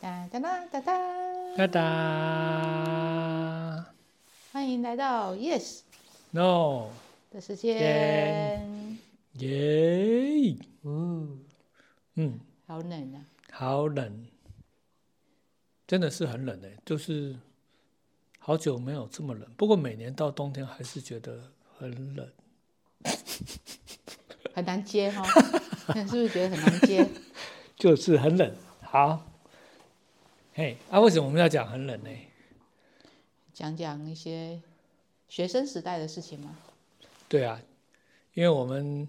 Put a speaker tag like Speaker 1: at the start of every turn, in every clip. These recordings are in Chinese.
Speaker 1: 哒哒哒哒，
Speaker 2: 哒哒
Speaker 1: 欢迎来到 Yes
Speaker 2: ，no，
Speaker 1: 的时间。
Speaker 2: 耶，
Speaker 1: 嗯，
Speaker 2: 嗯，
Speaker 1: 好冷啊！
Speaker 2: 好冷，真的是很冷诶、就是好久没有这么冷。不过每年到冬天还是觉得很冷，
Speaker 1: 很难接哈、哦，是不是觉得很难接？
Speaker 2: 就是很冷。好，嘿，啊，为什么我们要讲很冷呢？
Speaker 1: 讲讲一些学生时代的事情吗？
Speaker 2: 对啊，因为我们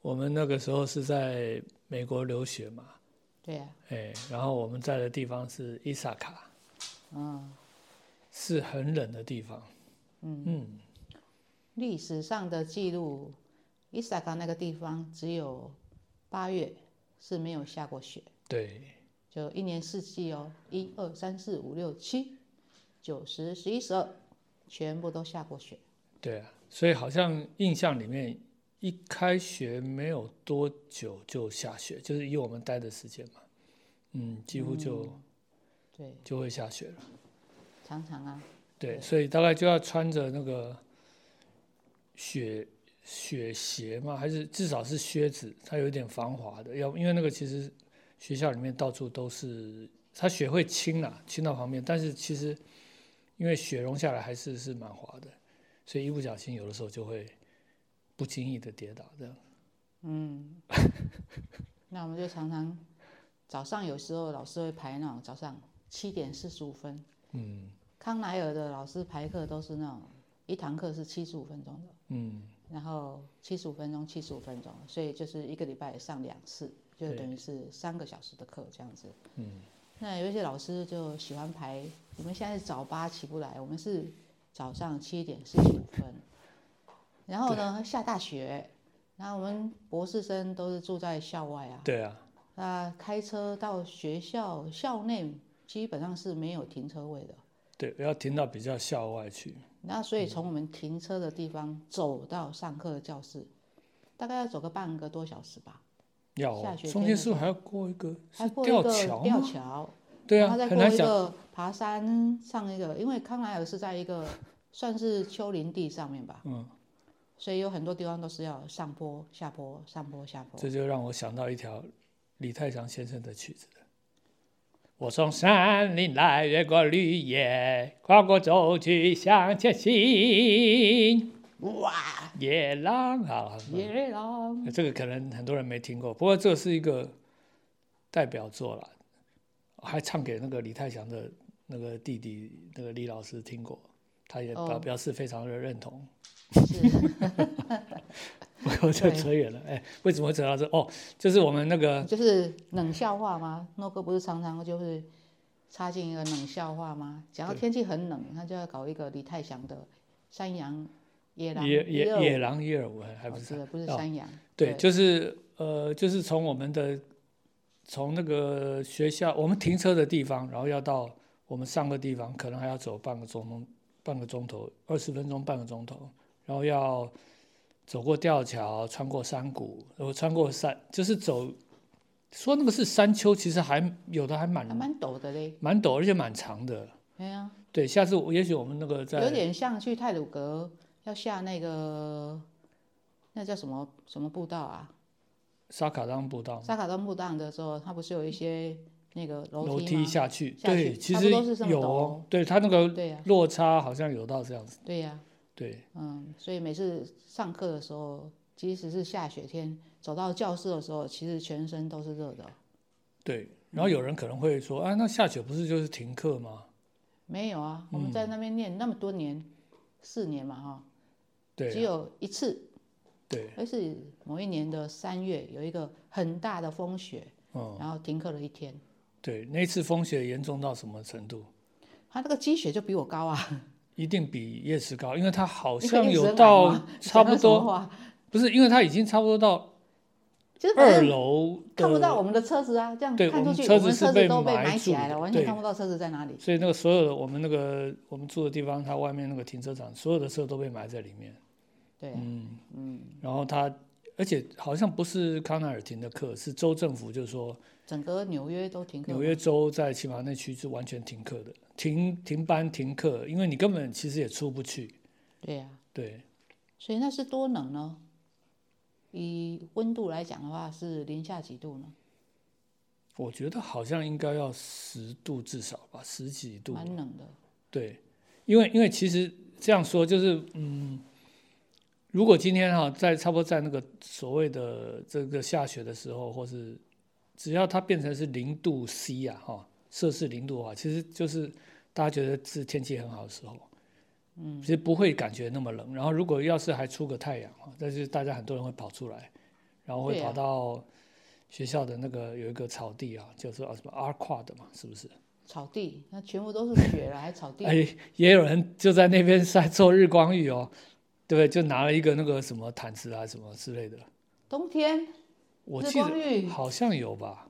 Speaker 2: 我们那个时候是在美国留学嘛，
Speaker 1: 对啊呀、
Speaker 2: 哎，然后我们在的地方是伊萨卡，
Speaker 1: 嗯，
Speaker 2: 是很冷的地方。
Speaker 1: 嗯
Speaker 2: 嗯，
Speaker 1: 历史上的记录，伊萨卡那个地方只有八月是没有下过雪，
Speaker 2: 对，
Speaker 1: 就一年四季哦，一二三四五六七九十十一十二，全部都下过雪。
Speaker 2: 对啊，所以好像印象里面，一开学没有多久就下雪，就是以我们待的时间嘛，嗯，几乎就、
Speaker 1: 对，
Speaker 2: 就会下雪了。
Speaker 1: 常常啊，
Speaker 2: 对，所以大概就要穿着那个雪雪鞋嘛，还是至少是靴子，它有一点防滑的。要因为那个其实学校里面到处都是，它雪会轻啦，轻到旁边，但是其实因为雪融下来还是是蛮滑的，所以一不小心有的时候就会不经意的跌倒这样。
Speaker 1: 嗯，那我们就常常早上有时候老师会排那种早上七点四十五分，
Speaker 2: 嗯
Speaker 1: 康奈尔的老师排课都是那种一堂课是七十五分钟的，
Speaker 2: 嗯，
Speaker 1: 然后七十五分钟七十五分钟，所以就是一个礼拜也上两次，就
Speaker 2: 对
Speaker 1: 等于是三个小时的课这样子。
Speaker 2: 嗯，
Speaker 1: 那有一些老师就喜欢排，我们现在是早八起不来，我们是早上七点四十五分，然后呢下大雪，然后我们博士生都是住在校外啊，
Speaker 2: 对啊，
Speaker 1: 那开车到学校校内基本上是没有停车位的。
Speaker 2: 对，要停到比较校外去。
Speaker 1: 那所
Speaker 2: 嗯
Speaker 1: 以从我们停车的地方走到上课的教室，大概要走个半个多小时吧，
Speaker 2: 要、
Speaker 1: 下
Speaker 2: 哦
Speaker 1: 雪，
Speaker 2: 中
Speaker 1: 天的
Speaker 2: 间是不是还要过一个
Speaker 1: 还
Speaker 2: 是
Speaker 1: 过一
Speaker 2: 吊
Speaker 1: 个
Speaker 2: 桥
Speaker 1: 吊
Speaker 2: 吗？
Speaker 1: 桥，
Speaker 2: 对
Speaker 1: 然
Speaker 2: 啊
Speaker 1: 后，哦再
Speaker 2: 很
Speaker 1: 过
Speaker 2: 难
Speaker 1: 一
Speaker 2: 想。
Speaker 1: 个爬山上一个，因为康莱尔是在一个算是丘陵地上面吧，
Speaker 2: 嗯。
Speaker 1: 所以有很多地方都是要上坡下坡上坡下坡。
Speaker 2: 这就让我想到一条李泰祥先生的曲子了我从山林来，越过绿野，跨过舟去向前行。
Speaker 1: 哇，
Speaker 2: 野狼啊，
Speaker 1: 野 狼，
Speaker 2: 这个可能很多人没听过，不过这是一个代表作了，还唱给那个李泰祥的那个弟弟那个李老师听过，他也表
Speaker 1: 哦
Speaker 2: 表示非常的认同。
Speaker 1: 是
Speaker 2: 我这
Speaker 1: 对
Speaker 2: 扯远了，哎，为什么会扯到这？哦，就是我们那个
Speaker 1: 就是冷笑话吗？诺哥不是常常就是插进一个冷笑话吗？讲到
Speaker 2: 对
Speaker 1: 天气很冷，他就要搞一个李泰祥的山羊野狼
Speaker 2: 野野
Speaker 1: 野
Speaker 2: 野狼耶尔文还不是
Speaker 1: 是的不是
Speaker 2: 哦
Speaker 1: 山羊，
Speaker 2: 对，就是呃，就是从我们的从那个学校，我们停车的地方，然后要到我们上课地方，可能还要走半个钟头，半个钟头，二十分钟，半个钟头，然后要走过吊桥，穿过山谷，然后穿过山，就是走。说那个是山丘，其实还有的还蛮
Speaker 1: 还蛮陡的嘞，
Speaker 2: 蛮陡，而且蛮长的。
Speaker 1: 哎呀、
Speaker 2: 对，下次我也许我们那个
Speaker 1: 有
Speaker 2: 在
Speaker 1: 点像去泰鲁格要下那个那叫什么什么步道啊？
Speaker 2: 沙卡当步道
Speaker 1: 沙卡当步道的时候，它不是有一些那个
Speaker 2: 楼
Speaker 1: 梯吗？
Speaker 2: 下去，
Speaker 1: 下
Speaker 2: 对，
Speaker 1: 去
Speaker 2: 其
Speaker 1: 差不
Speaker 2: 实
Speaker 1: 多是这么
Speaker 2: 有
Speaker 1: 陡
Speaker 2: 哦，对它那个
Speaker 1: 对啊呀、
Speaker 2: 落差好像有到这样子，
Speaker 1: 对啊呀、
Speaker 2: 对，
Speaker 1: 嗯，所以每次上课的时候，即使是下雪天，走到教室的时候，其实全身都是热的。
Speaker 2: 对。然后有
Speaker 1: 嗯
Speaker 2: 人可能会说，啊，那下雪不是就是停课吗？
Speaker 1: 没有啊，我们
Speaker 2: 嗯
Speaker 1: 在那边念那么多年，四年嘛哈，只
Speaker 2: 对啊
Speaker 1: 有一次，
Speaker 2: 对，
Speaker 1: 而是某一年的三月有一个很大的风雪，
Speaker 2: 嗯，
Speaker 1: 然后停课了一天。
Speaker 2: 对，那次风雪严重到什么程度？
Speaker 1: 他那个积雪就比我高啊，
Speaker 2: 一定比夜市高，因为它好
Speaker 1: 你
Speaker 2: 像
Speaker 1: 一直
Speaker 2: 有
Speaker 1: 很
Speaker 2: 到
Speaker 1: 忙 吗
Speaker 2: 差不
Speaker 1: 讲到什么
Speaker 2: 多，
Speaker 1: 话
Speaker 2: 不是，因为它已经差不多到
Speaker 1: 其实反
Speaker 2: 二
Speaker 1: 正
Speaker 2: 楼
Speaker 1: 看不
Speaker 2: 的，
Speaker 1: 到我们的车子啊，这样
Speaker 2: 对
Speaker 1: 看
Speaker 2: 我
Speaker 1: 出
Speaker 2: 们
Speaker 1: 去，
Speaker 2: 车
Speaker 1: 我
Speaker 2: 子
Speaker 1: 们
Speaker 2: 是
Speaker 1: 车
Speaker 2: 被
Speaker 1: 子都被
Speaker 2: 埋
Speaker 1: 埋
Speaker 2: 住
Speaker 1: 起来
Speaker 2: 的
Speaker 1: 了，完全
Speaker 2: 对
Speaker 1: 看不到车子在哪里。
Speaker 2: 所以那个所有的我们那个我们住的地方，它外面那个停车场，所有的车都被埋在里面。
Speaker 1: 对啊，
Speaker 2: 嗯，
Speaker 1: 嗯，
Speaker 2: 然后它而且好像不是康奈尔停的课，是州政府就说
Speaker 1: 整个纽约都停课吗，
Speaker 2: 哦纽约州在奇马内区是完全停课的，停停班停课，因为你根本其实也出不去。
Speaker 1: 对啊呀、
Speaker 2: 对，
Speaker 1: 所以那是多冷呢？以温度来讲的话，是零下几度呢？
Speaker 2: 我觉得好像应该要十度至少吧，十几度。
Speaker 1: 蛮冷的。
Speaker 2: 对，因为因为其实这样说就是，嗯，如果今天哈、在差不多在那个所谓的这个下雪的时候，或是只要它变成是零度 C 啊，哈，摄氏零度啊，其实就是大家觉得是天气很好的时候，嗯，其实不会感觉那么冷。然后如果要是还出个太阳啊，但是大家很多人会跑出来，然后会
Speaker 1: 对啊
Speaker 2: 跑到学校的那个有一个草地啊，叫做啊什么 R quad 嘛，是不是？
Speaker 1: 草地，那全部都是雪了，还草地？
Speaker 2: 哎，也有人就在那边晒做日光浴哦，对不对？就拿了一个那个什么毯子啊什么之类的，
Speaker 1: 冬天
Speaker 2: 我
Speaker 1: 日
Speaker 2: 记
Speaker 1: 光浴
Speaker 2: 得好像有吧？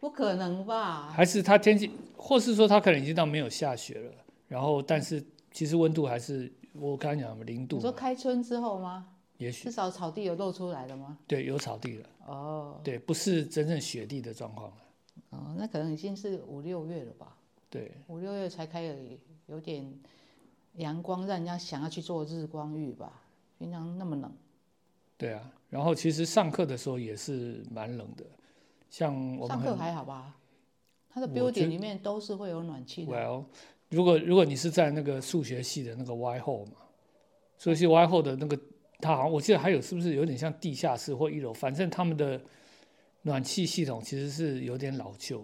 Speaker 1: 不可能吧？
Speaker 2: 还是他天气，或是说他可能已经到没有下雪了，然后但是其实温度还是我刚才讲的零
Speaker 1: 你
Speaker 2: 度
Speaker 1: 说
Speaker 2: 嘛，
Speaker 1: 开春之后吗？
Speaker 2: 也许啊
Speaker 1: 至少草地有露出来了吗？
Speaker 2: 对有草地了，
Speaker 1: 哦
Speaker 2: 对，不是真正雪地的状况了，
Speaker 1: 哦，那可能已经是五六月了吧？
Speaker 2: 对
Speaker 1: 五六月才开始有点阳光，让人家想要去做日光浴吧？平常那么冷，
Speaker 2: 对啊。然后其实上课的时候也是蛮冷的，像嗯我们
Speaker 1: 上
Speaker 2: 很
Speaker 1: 课还好吧？它的
Speaker 2: 我
Speaker 1: 标
Speaker 2: 觉
Speaker 1: 点里面都是会有暖气的。
Speaker 2: Well，如果如果你是在那个数学系的那个 Y 后嘛，数学系 Y 后的那个，它好像我记得还有是不是有点像地下室或一楼，反正他们的暖气系统其实是有点老旧。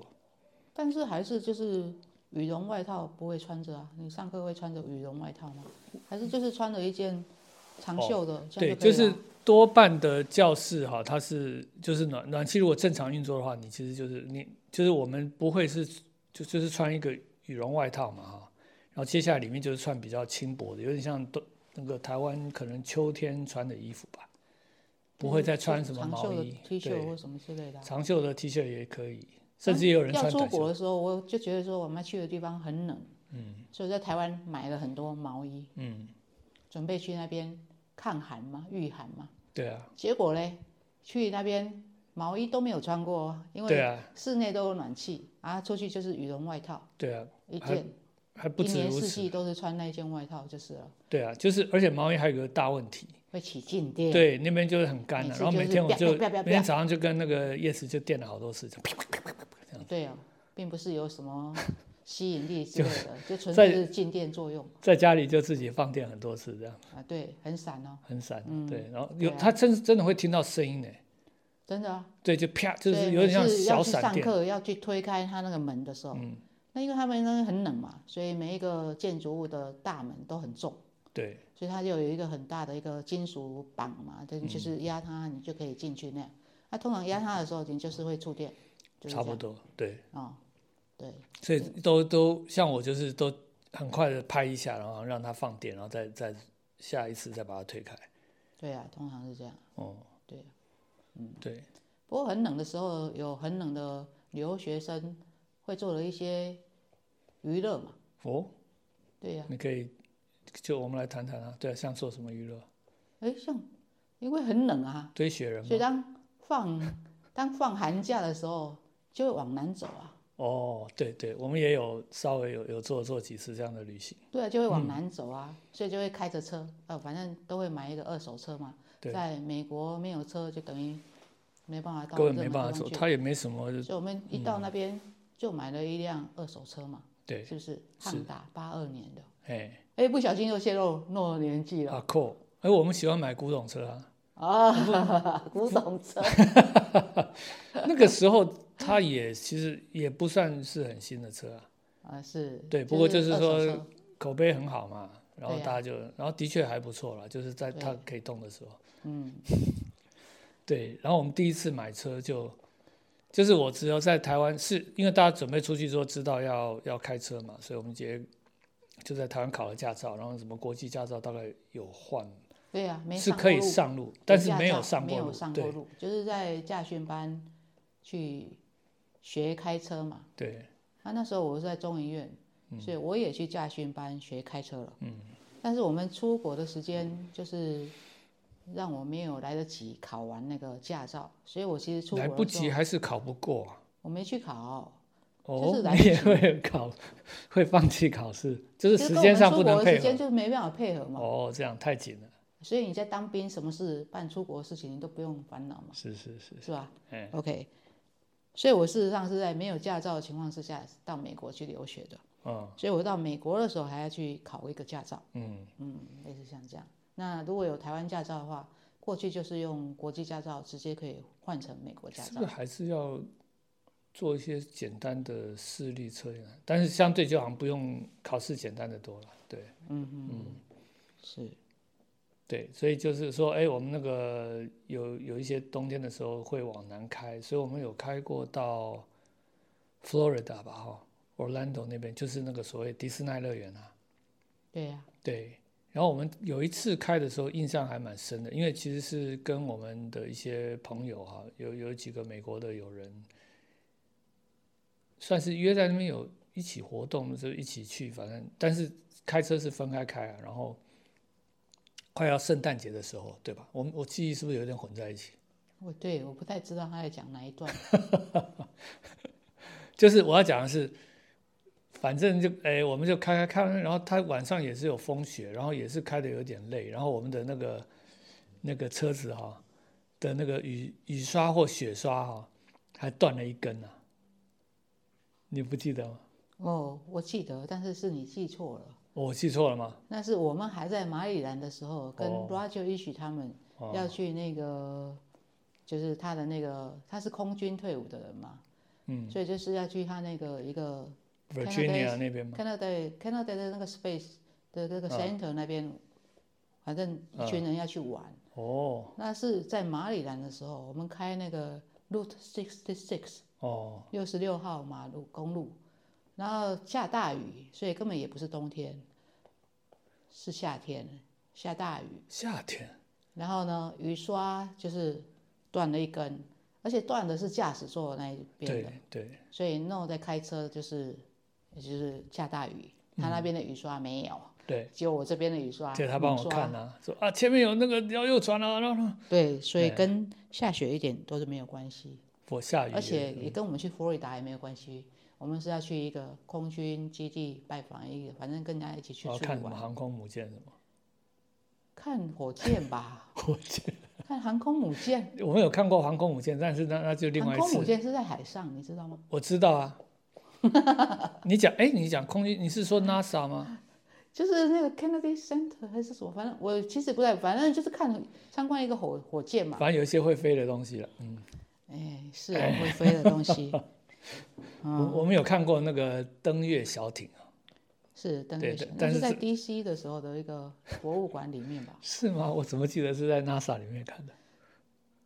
Speaker 1: 但是还是就是羽绒外套不会穿着啊，你上课会穿着羽绒外套吗？还是就是穿着一件长袖的？这
Speaker 2: 哦对，
Speaker 1: 样
Speaker 2: 就
Speaker 1: 可以
Speaker 2: 是
Speaker 1: 了
Speaker 2: 多半的教室哈，它是就是暖暖气如果正常运作的话，你其实就是你就是我们不会是就就是穿一个羽绒外套嘛哈，然后接下来里面就是穿比较轻薄的，有点像都那个台湾可能秋天穿的衣服吧，不会再穿什
Speaker 1: 嗯
Speaker 2: 么
Speaker 1: 长
Speaker 2: 毛
Speaker 1: 袖的
Speaker 2: 衣
Speaker 1: T 恤
Speaker 2: 对，
Speaker 1: 或什么之类的啊。
Speaker 2: 长袖的 T 恤也可以，甚至也有人
Speaker 1: 啊要
Speaker 2: 穿
Speaker 1: 出
Speaker 2: 短袖
Speaker 1: 国，的时候，我就觉得说我们去的地方很冷，嗯，所以在台湾买了很多毛衣，
Speaker 2: 嗯，
Speaker 1: 准备去那边抗寒嘛，御寒嘛。
Speaker 2: 对啊，
Speaker 1: 结果嘞，去那边毛衣都没有穿过哦，因
Speaker 2: 对
Speaker 1: 为
Speaker 2: 啊，
Speaker 1: 室内都有暖气啊，出去就是羽绒外套
Speaker 2: 对啊，
Speaker 1: 一
Speaker 2: 还
Speaker 1: 件，
Speaker 2: 还不
Speaker 1: 一
Speaker 2: 止
Speaker 1: 年
Speaker 2: 如
Speaker 1: 四
Speaker 2: 此，
Speaker 1: 季都是穿那件外套就是了。
Speaker 2: 对啊，就是而且毛衣还有个大问题。
Speaker 1: 会起静电。
Speaker 2: 对，那边就是很干
Speaker 1: 每
Speaker 2: 的、
Speaker 1: 次
Speaker 2: 然后
Speaker 1: 就是
Speaker 2: 每天我
Speaker 1: 啪
Speaker 2: 就
Speaker 1: 啪啪啪
Speaker 2: 每天早上就跟那个叶子就垫了好多次，就啪啪啪啪啪这样，
Speaker 1: 对哦，并不是有什么吸引力之类的，就纯
Speaker 2: 在
Speaker 1: 粹是静电作用
Speaker 2: 在家里就自己放电很多次，这样
Speaker 1: 啊。对，很闪哦，
Speaker 2: 很闪、
Speaker 1: 嗯
Speaker 2: 对，然后
Speaker 1: 对
Speaker 2: 有
Speaker 1: 啊
Speaker 2: 他真真的会听到声音呢，
Speaker 1: 真的、啊。
Speaker 2: 对，就啪，就
Speaker 1: 所
Speaker 2: 是
Speaker 1: 以
Speaker 2: 有点像
Speaker 1: 每次
Speaker 2: 小
Speaker 1: 要去
Speaker 2: 闪
Speaker 1: 上
Speaker 2: 电。
Speaker 1: 课要去推开他那个门的时候，
Speaker 2: 嗯
Speaker 1: 那因为他们那个很冷嘛，所以每一个建筑物的大门都很重。
Speaker 2: 对，
Speaker 1: 所以它就有一个很大的一个金属板嘛，对，你就是
Speaker 2: 嗯
Speaker 1: 压它，你就可以进去那样。那、通常压它的时候，你就是会触电，就是
Speaker 2: 差
Speaker 1: 这样
Speaker 2: 不多，对，
Speaker 1: 哦。对，
Speaker 2: 所以都都像我就是都很快的拍一下，然后让它放电，然后再再下一次再把它推开。
Speaker 1: 对啊，通常是这样。
Speaker 2: 哦，
Speaker 1: 对啊，
Speaker 2: 对，
Speaker 1: 不过很冷的时候，有很冷的留学生会做了一些娱乐嘛，
Speaker 2: 哦，
Speaker 1: 对啊呀、
Speaker 2: 你可以就我们来谈谈啊，对啊，像做什么娱乐？
Speaker 1: 诶，像因为很冷啊，
Speaker 2: 堆雪人
Speaker 1: 所以
Speaker 2: 吗？
Speaker 1: 当放 当放寒假的时候，就会往南走啊，
Speaker 2: 哦，对对，我们也有稍微有有做做几次这样的旅行，
Speaker 1: 对啊，就会往南走啊，所以就会开着车，呃，反正都会买一个二手车嘛，
Speaker 2: 对
Speaker 1: 在美国没有车就等于没办啊法到
Speaker 2: 根本
Speaker 1: 任何
Speaker 2: 没
Speaker 1: 地
Speaker 2: 办法
Speaker 1: 方
Speaker 2: 做，
Speaker 1: 去，
Speaker 2: 他也没什么
Speaker 1: 所以我们一到那边就买了一辆二手车嘛，
Speaker 2: 对，
Speaker 1: 是不是？
Speaker 2: 是
Speaker 1: 汉达八二年的，
Speaker 2: 哎，
Speaker 1: 哎，不小心又泄露诺年纪了。
Speaker 2: 啊扣，哎，我们喜欢买古董车啊，
Speaker 1: 啊， 古董车，
Speaker 2: 那个时候它也其实也不算是很新的车啊，
Speaker 1: 啊是，
Speaker 2: 对不过就是
Speaker 1: 二手
Speaker 2: 说
Speaker 1: 车
Speaker 2: 口碑很好嘛，然后
Speaker 1: 对
Speaker 2: 大
Speaker 1: 啊
Speaker 2: 家就，然后的确还不错啦，就是在它
Speaker 1: 对
Speaker 2: 可以动的时候，
Speaker 1: 嗯，
Speaker 2: 对，然后我们第一次买车就。就是我只有在台湾，是因为大家准备出去之后知道要要开车嘛，所以我们直接就在台湾考了驾照，然后什么国际驾照大概有换
Speaker 1: 对呀，没
Speaker 2: 是
Speaker 1: 上
Speaker 2: 可以
Speaker 1: 过路
Speaker 2: 上路
Speaker 1: 有，
Speaker 2: 但是
Speaker 1: 驾
Speaker 2: 没有
Speaker 1: 照
Speaker 2: 上
Speaker 1: 没
Speaker 2: 过
Speaker 1: 有
Speaker 2: 路。
Speaker 1: 上过
Speaker 2: 对
Speaker 1: 路，就是在驾训班去学开车嘛。
Speaker 2: 对，
Speaker 1: 啊，那时候我是在中医院，所以我也去驾训班学开车了。
Speaker 2: 嗯，
Speaker 1: 但是我们出国的时间就是让我没有来得及考完那个驾照，所以我其实出国
Speaker 2: 来
Speaker 1: 的
Speaker 2: 不
Speaker 1: 时
Speaker 2: 及
Speaker 1: 候，
Speaker 2: 还是考不过啊？
Speaker 1: 我没去考，就
Speaker 2: 哦
Speaker 1: 是来，不
Speaker 2: 你也
Speaker 1: 及
Speaker 2: 会考， 会放弃考试， 就是
Speaker 1: 其实
Speaker 2: 时
Speaker 1: 跟我
Speaker 2: 间
Speaker 1: 们
Speaker 2: 上
Speaker 1: 出
Speaker 2: 不
Speaker 1: 国
Speaker 2: 能
Speaker 1: 的
Speaker 2: 配
Speaker 1: 时间
Speaker 2: 合。
Speaker 1: 就没办法配合嘛。
Speaker 2: 哦，这样太紧了。
Speaker 1: 所以你在当兵，什么事办出国的事情你都不用烦恼嘛，
Speaker 2: 是是是，
Speaker 1: 是吧
Speaker 2: 哎，
Speaker 1: ？OK，所以我事实上是在没有驾照的情况之下到美国去留学的，
Speaker 2: 嗯
Speaker 1: 所以我到美国的时候还要去考一个驾照，
Speaker 2: 嗯，
Speaker 1: 嗯，类似像这样。那如果有台湾驾照的话，过去就是用国际驾照直接可以换成美国驾
Speaker 2: 是不
Speaker 1: 照
Speaker 2: 是，还是要做一些简单的视力测验啊？但是相对就好像不用考试简单的多了。对
Speaker 1: 嗯嗯，是，
Speaker 2: 对，所以就是说，哎，我们那个有有一些冬天的时候会往南开，所以我们有开过到 Florida 吧，哈，Orlando 那边就是那个所谓迪士尼乐园啊。
Speaker 1: 对啊呀、
Speaker 2: 对，然后我们有一次开的时候，印象还蛮深的，因为其实是跟我们的一些朋友哈、有有几个美国的友人，算是约在那边有一起活动，就一起去，反正但是开车是分开开啊，然后快要圣诞节的时候，对吧？我们我记忆是不是有点混在一起？
Speaker 1: 我对我不太知道他在讲哪一段，
Speaker 2: 就是我要讲的是，反正就哎，我们就开开开，然后他晚上也是有风雪，然后也是开的有点累，然后我们的那个那个车子哈、的那个雨雨刷或雪刷哈、还断了一根呢、你不记得吗？
Speaker 1: 哦，我记得，但是是你记错了。
Speaker 2: 我记错了吗？
Speaker 1: 那是我们还在马里兰的时候，跟
Speaker 2: 哦
Speaker 1: Roger 一起他们
Speaker 2: 哦
Speaker 1: 要去那个，就是他的那个，他是空军退伍的人嘛，
Speaker 2: 嗯
Speaker 1: 所以就是要去他那个一个看到
Speaker 2: ，Virginia 那边吗？嗯
Speaker 1: Canada Canada 的那个 space 的那个 center 那边，反正一群人要去玩。
Speaker 2: 哦
Speaker 1: 那是在马里兰的时候，我们开那个 Route Sixty Six
Speaker 2: 哦，
Speaker 1: 六十六号马路公路，然后下大雨，所以根本也不是冬天，是夏天，下大雨。
Speaker 2: 夏天
Speaker 1: 然后呢，雨刷就是断了一根，而且断的是驾驶座那一边
Speaker 2: 对
Speaker 1: 的，
Speaker 2: 对，
Speaker 1: 所以 No 在开车就是，也就是下大雨，他那边的雨刷没有，
Speaker 2: 嗯对，
Speaker 1: 只有我这边的雨刷。
Speaker 2: 对他帮
Speaker 1: 猛
Speaker 2: 我
Speaker 1: 刷
Speaker 2: 看啊，说啊前面有那个要右转啊，然后
Speaker 1: 对，所以跟下雪一点都是没有关系，
Speaker 2: 我下雨了，嗯
Speaker 1: 而且也跟我们去佛罗里达也没有关系。我们是要去一个空军基地拜访一个，反正跟人家一起去
Speaker 2: 我要
Speaker 1: 出去
Speaker 2: 哦看什么
Speaker 1: 玩，
Speaker 2: 航空母舰什 么，
Speaker 1: 看火箭吧，
Speaker 2: 我去。
Speaker 1: 看航空母舰。
Speaker 2: 我们有看过航空母舰，但是那那就另外
Speaker 1: 航
Speaker 2: 一
Speaker 1: 空母
Speaker 2: 次。
Speaker 1: 舰是在海上，你知道吗？
Speaker 2: 我知道 啊。你讲，哎，你讲空军，你是说 NASA 吗？
Speaker 1: 就是那个 Kennedy Center 还是什么，反正我其实不太，反正就是看参观一个火火箭嘛，
Speaker 2: 反正有一些会飞的东西了。嗯，
Speaker 1: 哎，是很会飞的东 西，嗯
Speaker 2: 我我们有看过那个登月小艇啊，
Speaker 1: 是登
Speaker 2: 对
Speaker 1: 月小，
Speaker 2: 对
Speaker 1: 那
Speaker 2: 但
Speaker 1: 是
Speaker 2: 是，
Speaker 1: 在 DC 的时候的一个博物馆里面吧
Speaker 2: 是吗？我怎么记得是在 NASA 里面看的？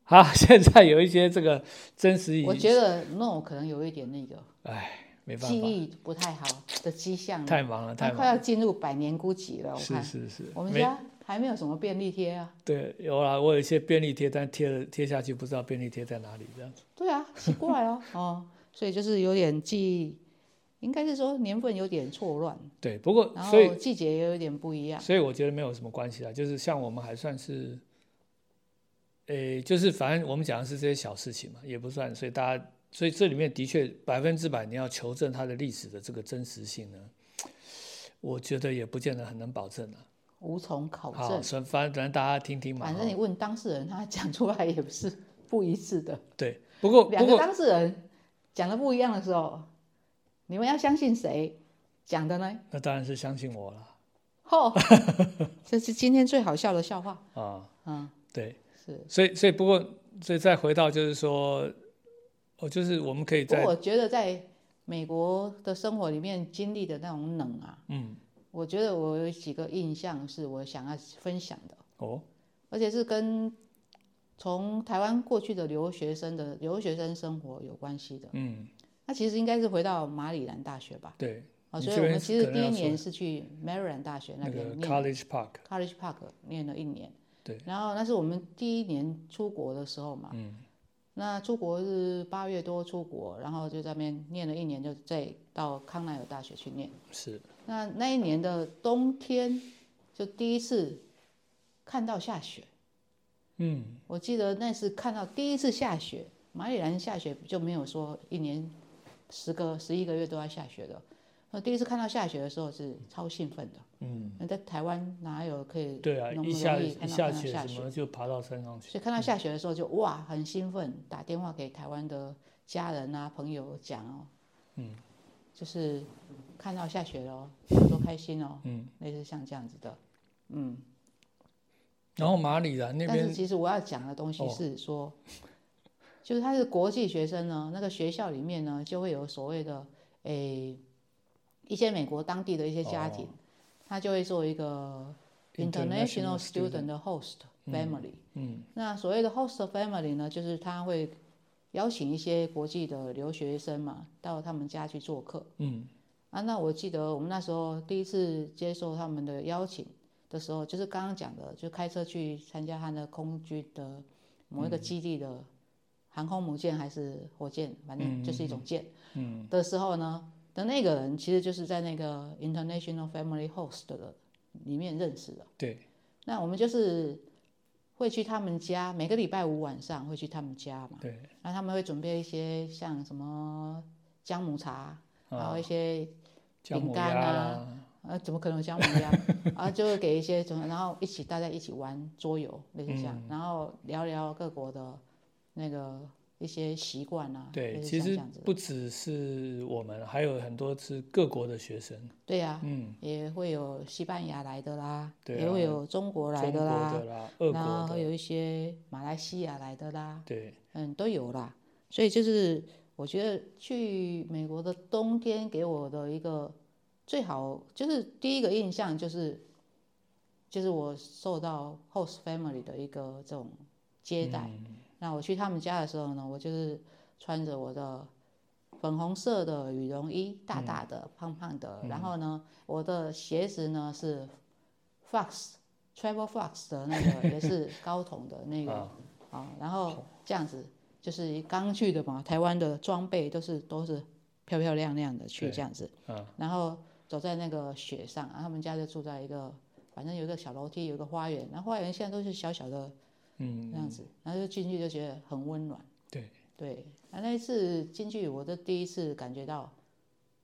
Speaker 2: 好， 现在有一些这个真实
Speaker 1: 我
Speaker 2: 影，
Speaker 1: 觉得 No 可能有一点那个
Speaker 2: 哎，没办
Speaker 1: 记
Speaker 2: 法，
Speaker 1: 忆不太好的迹象了，
Speaker 2: 太忙了，太
Speaker 1: 他
Speaker 2: 忙
Speaker 1: 啊快
Speaker 2: 了。
Speaker 1: 要进入百年孤寂了，我
Speaker 2: 是
Speaker 1: 看
Speaker 2: 是是，
Speaker 1: 我们
Speaker 2: 没
Speaker 1: 家还没有什么便利贴啊，
Speaker 2: 对有啦，我有一些便利贴，但贴了贴下去不知道便利贴在哪里，这样子。
Speaker 1: 对啊，奇怪 啊，哦，所以就是有点记忆，应该是说年份有点错乱，
Speaker 2: 对，不过
Speaker 1: 然
Speaker 2: 所以
Speaker 1: 后季节也有点不一样。
Speaker 2: 所以我觉得没有什么关系啦，就是像我们还算是，诶，就是反正我们讲的是这些小事情嘛，也不算，所以大家，所以这里面的确百分之百你要求证它的历史的这个真实性呢，我觉得也不见得很能保证啊。
Speaker 1: 无从考
Speaker 2: 好，
Speaker 1: 证。
Speaker 2: 所以反正大家听听嘛。
Speaker 1: 反正
Speaker 2: 哈
Speaker 1: 你问当事人，他讲出来也不是 不一致的。
Speaker 2: 对，不过不
Speaker 1: 两个
Speaker 2: 过
Speaker 1: 当事人讲的不一样的时候，你们要相信谁讲的 呢？
Speaker 2: 那当然是相信我了
Speaker 1: 吼，这是今天最好笑的笑话。
Speaker 2: 啊，
Speaker 1: 嗯，
Speaker 2: 对，
Speaker 1: 是。
Speaker 2: 所以所以不过所以再回到就是说，哦，就是我们可以
Speaker 1: 嗯不
Speaker 2: 在
Speaker 1: 过我觉得在美国的生活里面经历的那种冷啊，
Speaker 2: 嗯
Speaker 1: 我觉得我有几个印象是我想要分享的，
Speaker 2: 哦
Speaker 1: 而且是跟从台湾过去的留学生的留学生生活有关系的。
Speaker 2: 嗯
Speaker 1: 那其实应该是回到马里兰大学吧。
Speaker 2: 对，
Speaker 1: 哦，
Speaker 2: 你
Speaker 1: 所以
Speaker 2: 这
Speaker 1: 我
Speaker 2: 边
Speaker 1: 们其实
Speaker 2: 可
Speaker 1: 第
Speaker 2: 能
Speaker 1: 一
Speaker 2: 要
Speaker 1: 年是去 Maryland 大学那
Speaker 2: 那
Speaker 1: 边
Speaker 2: 个
Speaker 1: 念
Speaker 2: College Park。
Speaker 1: College Park 念了一年，
Speaker 2: 对，
Speaker 1: 然后那是我们第一年出国的时候嘛，嗯，那出国是八月多出国，然后就在那边念了一年，就再到康奈尔大学去念。
Speaker 2: 是
Speaker 1: 那那一年的冬天，就第一次看到下雪，
Speaker 2: 嗯，
Speaker 1: 我记得那次看到第一次下雪，马里兰下雪就没有说一年十个十一个月都要下雪的。我第一次看到下雪的时候是超兴奋的，
Speaker 2: 嗯，
Speaker 1: 那在台湾哪有可以
Speaker 2: 对啊，
Speaker 1: 那么
Speaker 2: 一
Speaker 1: 容
Speaker 2: 下
Speaker 1: 易
Speaker 2: 一
Speaker 1: 看到
Speaker 2: 下
Speaker 1: 看到
Speaker 2: 雪
Speaker 1: 下
Speaker 2: 怎
Speaker 1: 雪
Speaker 2: 么就爬到山上去？
Speaker 1: 所以看到下雪的时候就哇，很兴奋，打电话给台湾的家人啊、朋友讲哦，
Speaker 2: 嗯，
Speaker 1: 就是看到下雪了 哦，多开心哦，
Speaker 2: 嗯，
Speaker 1: 类似像这样子的，嗯。
Speaker 2: 然后马里啊兰那
Speaker 1: 但是
Speaker 2: 边
Speaker 1: 其实我要讲的东西
Speaker 2: 哦
Speaker 1: 是说，就是他是国际学生呢，那个学校里面呢就会有所谓的诶、一些美国当地的一些家庭，
Speaker 2: 哦
Speaker 1: 他就会做一个 international student 的 host
Speaker 2: 嗯
Speaker 1: family。
Speaker 2: 嗯
Speaker 1: 那所谓的 host family 呢，就是他会邀请一些国际的留学生嘛，到他们家去做客
Speaker 2: 嗯
Speaker 1: 啊。那我记得我们那时候第一次接受他们的邀请的时候，就是刚刚讲的，就开车去参加他的空军的某一
Speaker 2: 嗯
Speaker 1: 个基地的航空母舰还是火箭，反正就是一种舰
Speaker 2: 嗯
Speaker 1: 的时候呢，的那个人其实就是在那个 international family host 的里面认识的。
Speaker 2: 对，
Speaker 1: 那我们就是会去他们家，每个礼拜五晚上会去他们家嘛。
Speaker 2: 对，
Speaker 1: 然后他们会准备一些像什么姜母茶，还有
Speaker 2: 啊，
Speaker 1: 一些
Speaker 2: 姜母
Speaker 1: 饼干
Speaker 2: 鸭
Speaker 1: 啊
Speaker 2: 啦，
Speaker 1: 呃怎么可能有姜母 鸭？然后就会给一些什么，然后一起大家一起玩桌游，类似这
Speaker 2: 嗯
Speaker 1: 样，然后聊聊各国的那个一些习惯啊，
Speaker 2: 对，
Speaker 1: 类似
Speaker 2: 其
Speaker 1: 像这
Speaker 2: 实
Speaker 1: 样子。
Speaker 2: 不只是我们，还有很多是各国的学生，
Speaker 1: 对呀、
Speaker 2: 嗯，
Speaker 1: 也会有西班牙来的啦，
Speaker 2: 对
Speaker 1: 也
Speaker 2: 啊
Speaker 1: 会有中国来
Speaker 2: 中国
Speaker 1: 的啦，
Speaker 2: 的啦，俄
Speaker 1: 然
Speaker 2: 国
Speaker 1: 后
Speaker 2: 的，
Speaker 1: 有一些马来西亚来的啦，
Speaker 2: 对，
Speaker 1: 嗯，都有啦。所以就是我觉得去美国的冬天给我的一个最好就是第一个印象就是，就是我受到 host family 的一个这种接待。
Speaker 2: 嗯
Speaker 1: 那我去他们家的时候呢，我就是穿着我的粉红色的羽绒衣，大大的、胖胖的，然后呢，我的鞋子呢是 Fox Travel Fox 的那个也是高筒的那个
Speaker 2: 啊
Speaker 1: 啊，然后这样子就是刚去的嘛，台湾的装备都是都是漂漂亮亮的去
Speaker 2: 对
Speaker 1: 这样子，
Speaker 2: 嗯
Speaker 1: 然后走在那个雪上，啊他们家就住在一个反正有一个小楼梯，有一个花园，那花园现在都是小小的
Speaker 2: 嗯
Speaker 1: 那样子，然后就进去就觉得很温暖。
Speaker 2: 对
Speaker 1: 对，啊那那一次进去，我的第一次感觉到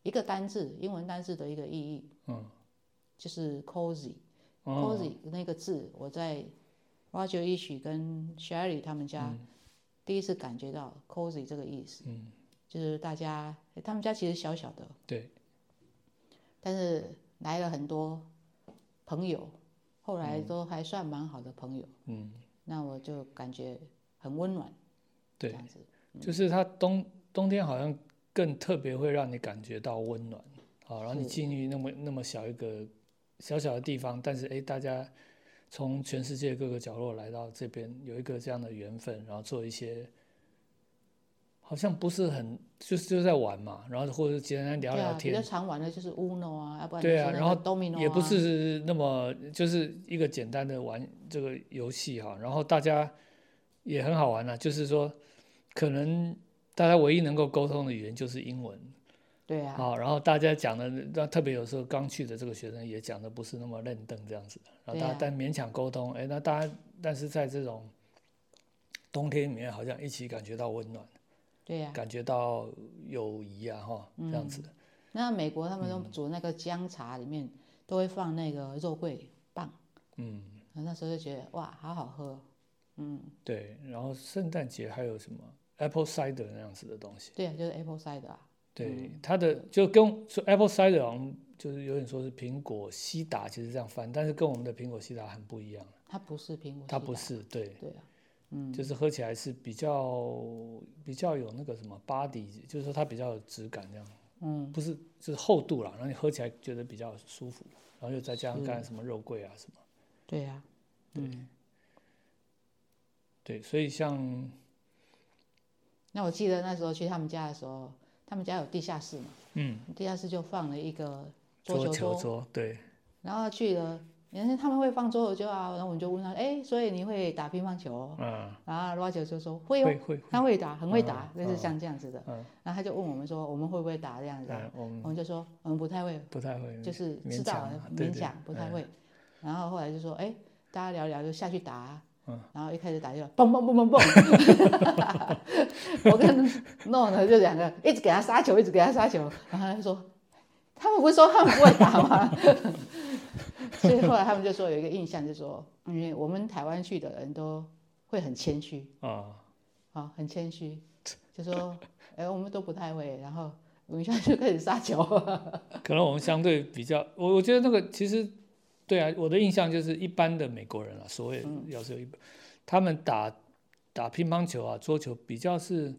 Speaker 1: 一个单字，英文单字的一个意义，
Speaker 2: 嗯，
Speaker 1: 就是 cozy、
Speaker 2: 哦
Speaker 1: cozy 那个字，我在 Roger 一许跟 Sherry 他们家、第一次感觉到 cozy 这个意思，
Speaker 2: 嗯，
Speaker 1: 就是大家他们家其实小小的，
Speaker 2: 对，
Speaker 1: 但是来了很多朋友，后来都还算蛮好的朋友，
Speaker 2: 嗯，
Speaker 1: 那我就感觉很温暖，
Speaker 2: 对
Speaker 1: 这。样子。
Speaker 2: 就是它冬冬天好像更特别会让你感觉到温暖啊，然后你
Speaker 1: 是
Speaker 2: 进去那么那么小一个小小的地方，但是哎，大家从全世界各个角落来到这边，有一个这样的缘分，然后做一些好像不是很就是就在玩嘛，然后或者简单聊
Speaker 1: 对
Speaker 2: 聊
Speaker 1: 啊，比
Speaker 2: 天
Speaker 1: 较，常玩的就是 Uno 啊，要不然
Speaker 2: 对
Speaker 1: 就是
Speaker 2: 啊
Speaker 1: 那
Speaker 2: 然后
Speaker 1: 个 Domino
Speaker 2: 也不
Speaker 1: 啊
Speaker 2: 是那么就是一个简单的玩这个游戏哈，然后大家也很好玩啦、就是说可能大家唯一能够沟通的语言就是英文
Speaker 1: 对
Speaker 2: 啊、
Speaker 1: 啊，
Speaker 2: 然后大家讲的，那特别有时候刚去的这个学生也讲的不是那么认登这样子，然后大
Speaker 1: 对
Speaker 2: 家
Speaker 1: 啊
Speaker 2: 但勉强沟通，哎，那大家但是在这种冬天里面好像一起感觉到温暖，
Speaker 1: 对啊呀、
Speaker 2: 感觉到友谊啊哈这样子，
Speaker 1: 那美国他们
Speaker 2: 嗯
Speaker 1: 都煮那个姜茶，里面都会放那个肉桂棒，
Speaker 2: 嗯。
Speaker 1: 那时候就觉得哇，好好喝。嗯，
Speaker 2: 对，然后圣诞节还有什么 apple cider 那样子的东西？
Speaker 1: 对啊，就是 apple cider 啊，
Speaker 2: 对，它的就跟说 apple cider 好像就是有点说是苹果西达，其实这样翻，但是跟我们的苹果西达很不一样，
Speaker 1: 它不是苹果西打，
Speaker 2: 它不是，对，
Speaker 1: 对啊，嗯，
Speaker 2: 就是喝起来是比较比较有那个什么 body，就是说它比较有质感这样，
Speaker 1: 嗯，
Speaker 2: 不是就是厚度啦，然后你喝起来觉得比较舒服，然后又再加上刚才什么肉桂啊什么，
Speaker 1: 对啊，嗯。
Speaker 2: 对，所以像
Speaker 1: 那我记得那时候去他们家的时候，他们家有地下室嘛，
Speaker 2: 嗯
Speaker 1: 地下室就放了一个桌
Speaker 2: 桌
Speaker 1: 球
Speaker 2: 球
Speaker 1: 桌，
Speaker 2: 桌，对，
Speaker 1: 然后去了，人家他们会放桌球桌啊，然后我们就问他，哎，所以你会打乒乓球哦？
Speaker 2: 嗯，
Speaker 1: 然后 Roger 就说会哦，
Speaker 2: 会会，
Speaker 1: 他会打，很会打，
Speaker 2: 嗯
Speaker 1: 类似像这样子的。
Speaker 2: 嗯
Speaker 1: 然后他就问我们说，我们会不会打这样子啊？
Speaker 2: 嗯，我们
Speaker 1: 我们就说我们不太会，
Speaker 2: 不太会，
Speaker 1: 就是
Speaker 2: 勉
Speaker 1: 知道
Speaker 2: 强啊
Speaker 1: 了
Speaker 2: 对
Speaker 1: 勉
Speaker 2: 对
Speaker 1: 哎强不太会。然后后来就说，哎，大家聊聊就下去打啊，
Speaker 2: 嗯
Speaker 1: 然后一开始打就蹦蹦蹦蹦 蹦，我跟诺呢就两个一直给他杀球，一直给他杀球，然后他就说，他们不是说他们不会打吗？ 所以后来他们就说有一个印象，就说因为我们台湾去的人都会很谦虚
Speaker 2: 啊，
Speaker 1: 啊、很谦虚，就说哎、我们都不太会，然后我们现在就开始杀球，
Speaker 2: 可能我们相对比较，我我觉得那个其实对啊，我的印象就是一般的美国人啊，所谓
Speaker 1: 嗯
Speaker 2: 要是有一，他们打打乒乓球啊、桌球比较是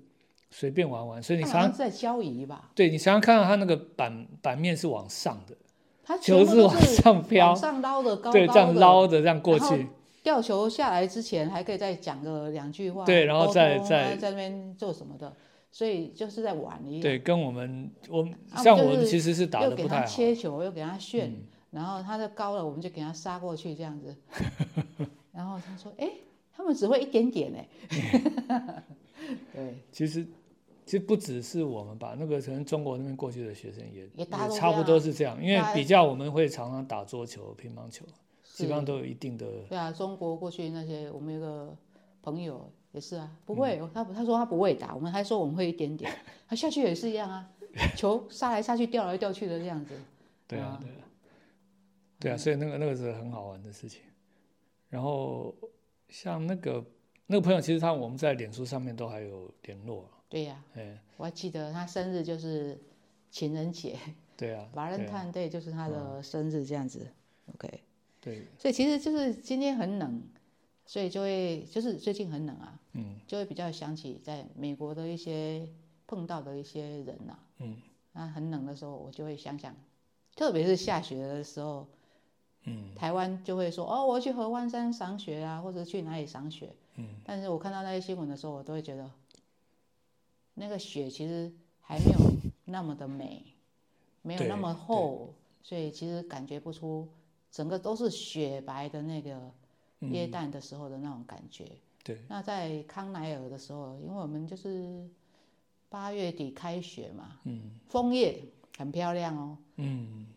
Speaker 2: 随便玩玩，所以你
Speaker 1: 他们好
Speaker 2: 常
Speaker 1: 像是在交易吧，
Speaker 2: 对你常常看到啊他那个板板面是往上的，
Speaker 1: 他全
Speaker 2: 球
Speaker 1: 部都
Speaker 2: 往上飘
Speaker 1: 往，上捞的，高高
Speaker 2: 对，
Speaker 1: 的，
Speaker 2: 这样捞的这样过
Speaker 1: 然后
Speaker 2: 去，
Speaker 1: 吊球下来之前还可以再讲个两句话，
Speaker 2: 对然
Speaker 1: 沟
Speaker 2: 后
Speaker 1: 通
Speaker 2: 再
Speaker 1: 啊
Speaker 2: 再
Speaker 1: 在那边做什么的，所以就是在玩一样，
Speaker 2: 对，跟我们我们
Speaker 1: 啊
Speaker 2: 像
Speaker 1: 就
Speaker 2: 我们
Speaker 1: 是
Speaker 2: 其实是打
Speaker 1: 又
Speaker 2: 的
Speaker 1: 给
Speaker 2: 不
Speaker 1: 他
Speaker 2: 太好，嗯
Speaker 1: 切球，又给他炫，然后他的高了，我们就给他杀过去这样 子，然后他说：“哎、他们只会一点点哎、
Speaker 2: 嗯
Speaker 1: 对，
Speaker 2: 其实其实不只是我们吧，那个可能中国那边过去的学生也
Speaker 1: 也大家都
Speaker 2: 差
Speaker 1: 这
Speaker 2: 不
Speaker 1: 样
Speaker 2: 多是这样，因为
Speaker 1: 大家
Speaker 2: 比较我们会常常打桌球、乒乓球，基
Speaker 1: 是
Speaker 2: 本上都有一定的
Speaker 1: 对啊，中国过去那些，我们有个朋友也是啊，不会，
Speaker 2: 嗯
Speaker 1: 他他说他不会打，我们还说我们会一点点，他下去也是一样啊，球杀来杀去，掉来掉去的这样子。
Speaker 2: 对啊，对啊，对啊，所以那个那个是很好玩的事情。然后像那个那个朋友，其实他我们在脸书上面都还有联络，
Speaker 1: 嗯对呀、
Speaker 2: 哎，
Speaker 1: 我还记得他生日就是情人节
Speaker 2: 对啊，对啊 嗯
Speaker 1: ，Valentine Day 就是他的生日这样子。OK，
Speaker 2: 对，
Speaker 1: 所以其实就是今天很冷，所以就会就是最近很冷啊，
Speaker 2: 嗯，
Speaker 1: 就会比较想起在美国的一些碰到的一些人呐、
Speaker 2: 嗯，
Speaker 1: 那很冷的时候，我就会想想，特别是下雪的时候，
Speaker 2: 嗯，
Speaker 1: 台湾就会说哦，我要去合欢山赏雪啊，或者去哪里赏雪。
Speaker 2: 嗯，
Speaker 1: 但是我看到那些新闻的时候，我都会觉得，那个雪其实还没有那么的美，没有
Speaker 2: 对
Speaker 1: 那么厚，所以其实感觉不出整个都是雪白的那个
Speaker 2: 嗯
Speaker 1: 耶诞的时候的那种感觉。
Speaker 2: 对，
Speaker 1: 那在康奈尔的时候，因为我们就是八月底开学嘛，
Speaker 2: 嗯
Speaker 1: 枫叶很漂亮哦，
Speaker 2: 嗯，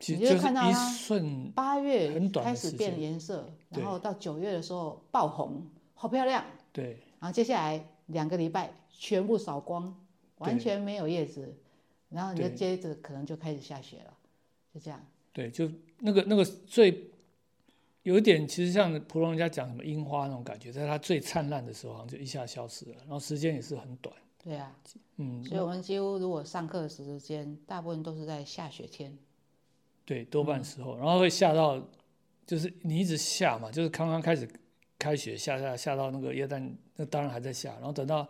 Speaker 2: 其
Speaker 1: 你
Speaker 2: 实
Speaker 1: 就
Speaker 2: 就是
Speaker 1: 看到
Speaker 2: 一
Speaker 1: 它
Speaker 2: 瞬
Speaker 1: 八月
Speaker 2: 嗯很短的
Speaker 1: 开始
Speaker 2: 时
Speaker 1: 变颜色，
Speaker 2: 对
Speaker 1: 然后到九月的时候爆红，好漂亮。
Speaker 2: 对。
Speaker 1: 然后接下来两个礼拜全部扫光，完
Speaker 2: 对
Speaker 1: 全没有叶子，然后你就
Speaker 2: 对
Speaker 1: 接着可能就开始下雪了，就这样。
Speaker 2: 对，就那个那个最有一点，其实像普通人家讲什么樱花那种感觉，在它最灿烂的时候，好像就一下消失了，然后时间也是很短。
Speaker 1: 对啊，
Speaker 2: 嗯，
Speaker 1: 所以我们几乎如果上课的时间，大部分都是在下雪天。
Speaker 2: 对，多半时候，然后会下到，就是你一直下嘛，就是刚刚开始开学下下下到那个耶诞，那当然还在下，然后等到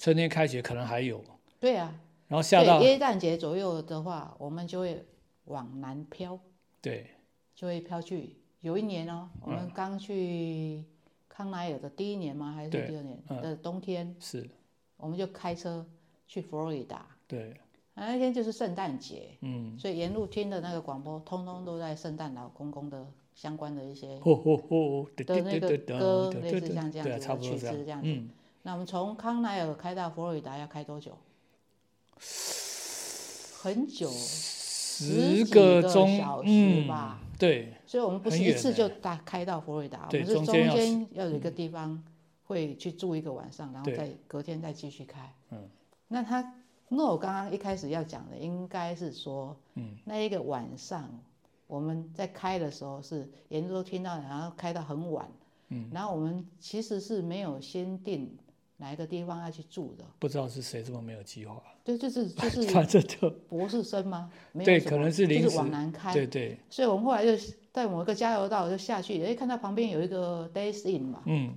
Speaker 2: 春天开学可能还有，
Speaker 1: 对啊，
Speaker 2: 然后下
Speaker 1: 对
Speaker 2: 到
Speaker 1: 耶诞节左右的话，我们就会往南飘，
Speaker 2: 对
Speaker 1: 就会飘去。有一年哦，
Speaker 2: 嗯
Speaker 1: 我们刚去康奈尔的第一年吗？还是
Speaker 2: 对嗯
Speaker 1: 第二年的冬天？
Speaker 2: 是，
Speaker 1: 我们就开车去佛罗里达，
Speaker 2: 对，
Speaker 1: 啊那天就是圣诞节，
Speaker 2: 嗯，
Speaker 1: 所以沿路听的那个广播，通通都在圣诞老公公的相关的一些，
Speaker 2: 吼吼吼，对
Speaker 1: 的
Speaker 2: 对
Speaker 1: 那
Speaker 2: 对
Speaker 1: 个
Speaker 2: 对
Speaker 1: 歌
Speaker 2: 对
Speaker 1: 类
Speaker 2: 对
Speaker 1: 似
Speaker 2: 对
Speaker 1: 像这样
Speaker 2: 对啊
Speaker 1: 子
Speaker 2: 差
Speaker 1: 的
Speaker 2: 不多
Speaker 1: 曲
Speaker 2: 这样
Speaker 1: 子这样，子
Speaker 2: 嗯，
Speaker 1: 那我们从康奈尔开到佛罗里达要开多久？很久，几
Speaker 2: 十个
Speaker 1: 个
Speaker 2: 钟
Speaker 1: 小，时
Speaker 2: 嗯
Speaker 1: 吧，
Speaker 2: 对，
Speaker 1: 所以我们不是
Speaker 2: 很
Speaker 1: 一
Speaker 2: 远
Speaker 1: 次
Speaker 2: 欸
Speaker 1: 就大开到佛罗里达，我
Speaker 2: 对
Speaker 1: 们是
Speaker 2: 中
Speaker 1: 中
Speaker 2: 间要嗯
Speaker 1: 间要有一个地方会去住一个晚上，然后
Speaker 2: 对
Speaker 1: 再隔天再继续开。嗯，那他那我刚刚一开始要讲的应该是说，嗯，那一个晚上我们在开的时候是沿路都听到，然后开到很晚，嗯，然后我们其实是没有先定哪一个地方要去住的，
Speaker 2: 不知道是谁这么没有计划，
Speaker 1: 对，就是 就是
Speaker 2: 反正就
Speaker 1: 博士生吗？没有
Speaker 2: 哎对
Speaker 1: 什
Speaker 2: 可
Speaker 1: 么
Speaker 2: 能是临
Speaker 1: 就是
Speaker 2: 时
Speaker 1: 往南开。
Speaker 2: 对对，
Speaker 1: 所以我们后来就在某一个加油道就下去，哎，看到旁边有一个 Days Inn 嘛
Speaker 2: 嗯，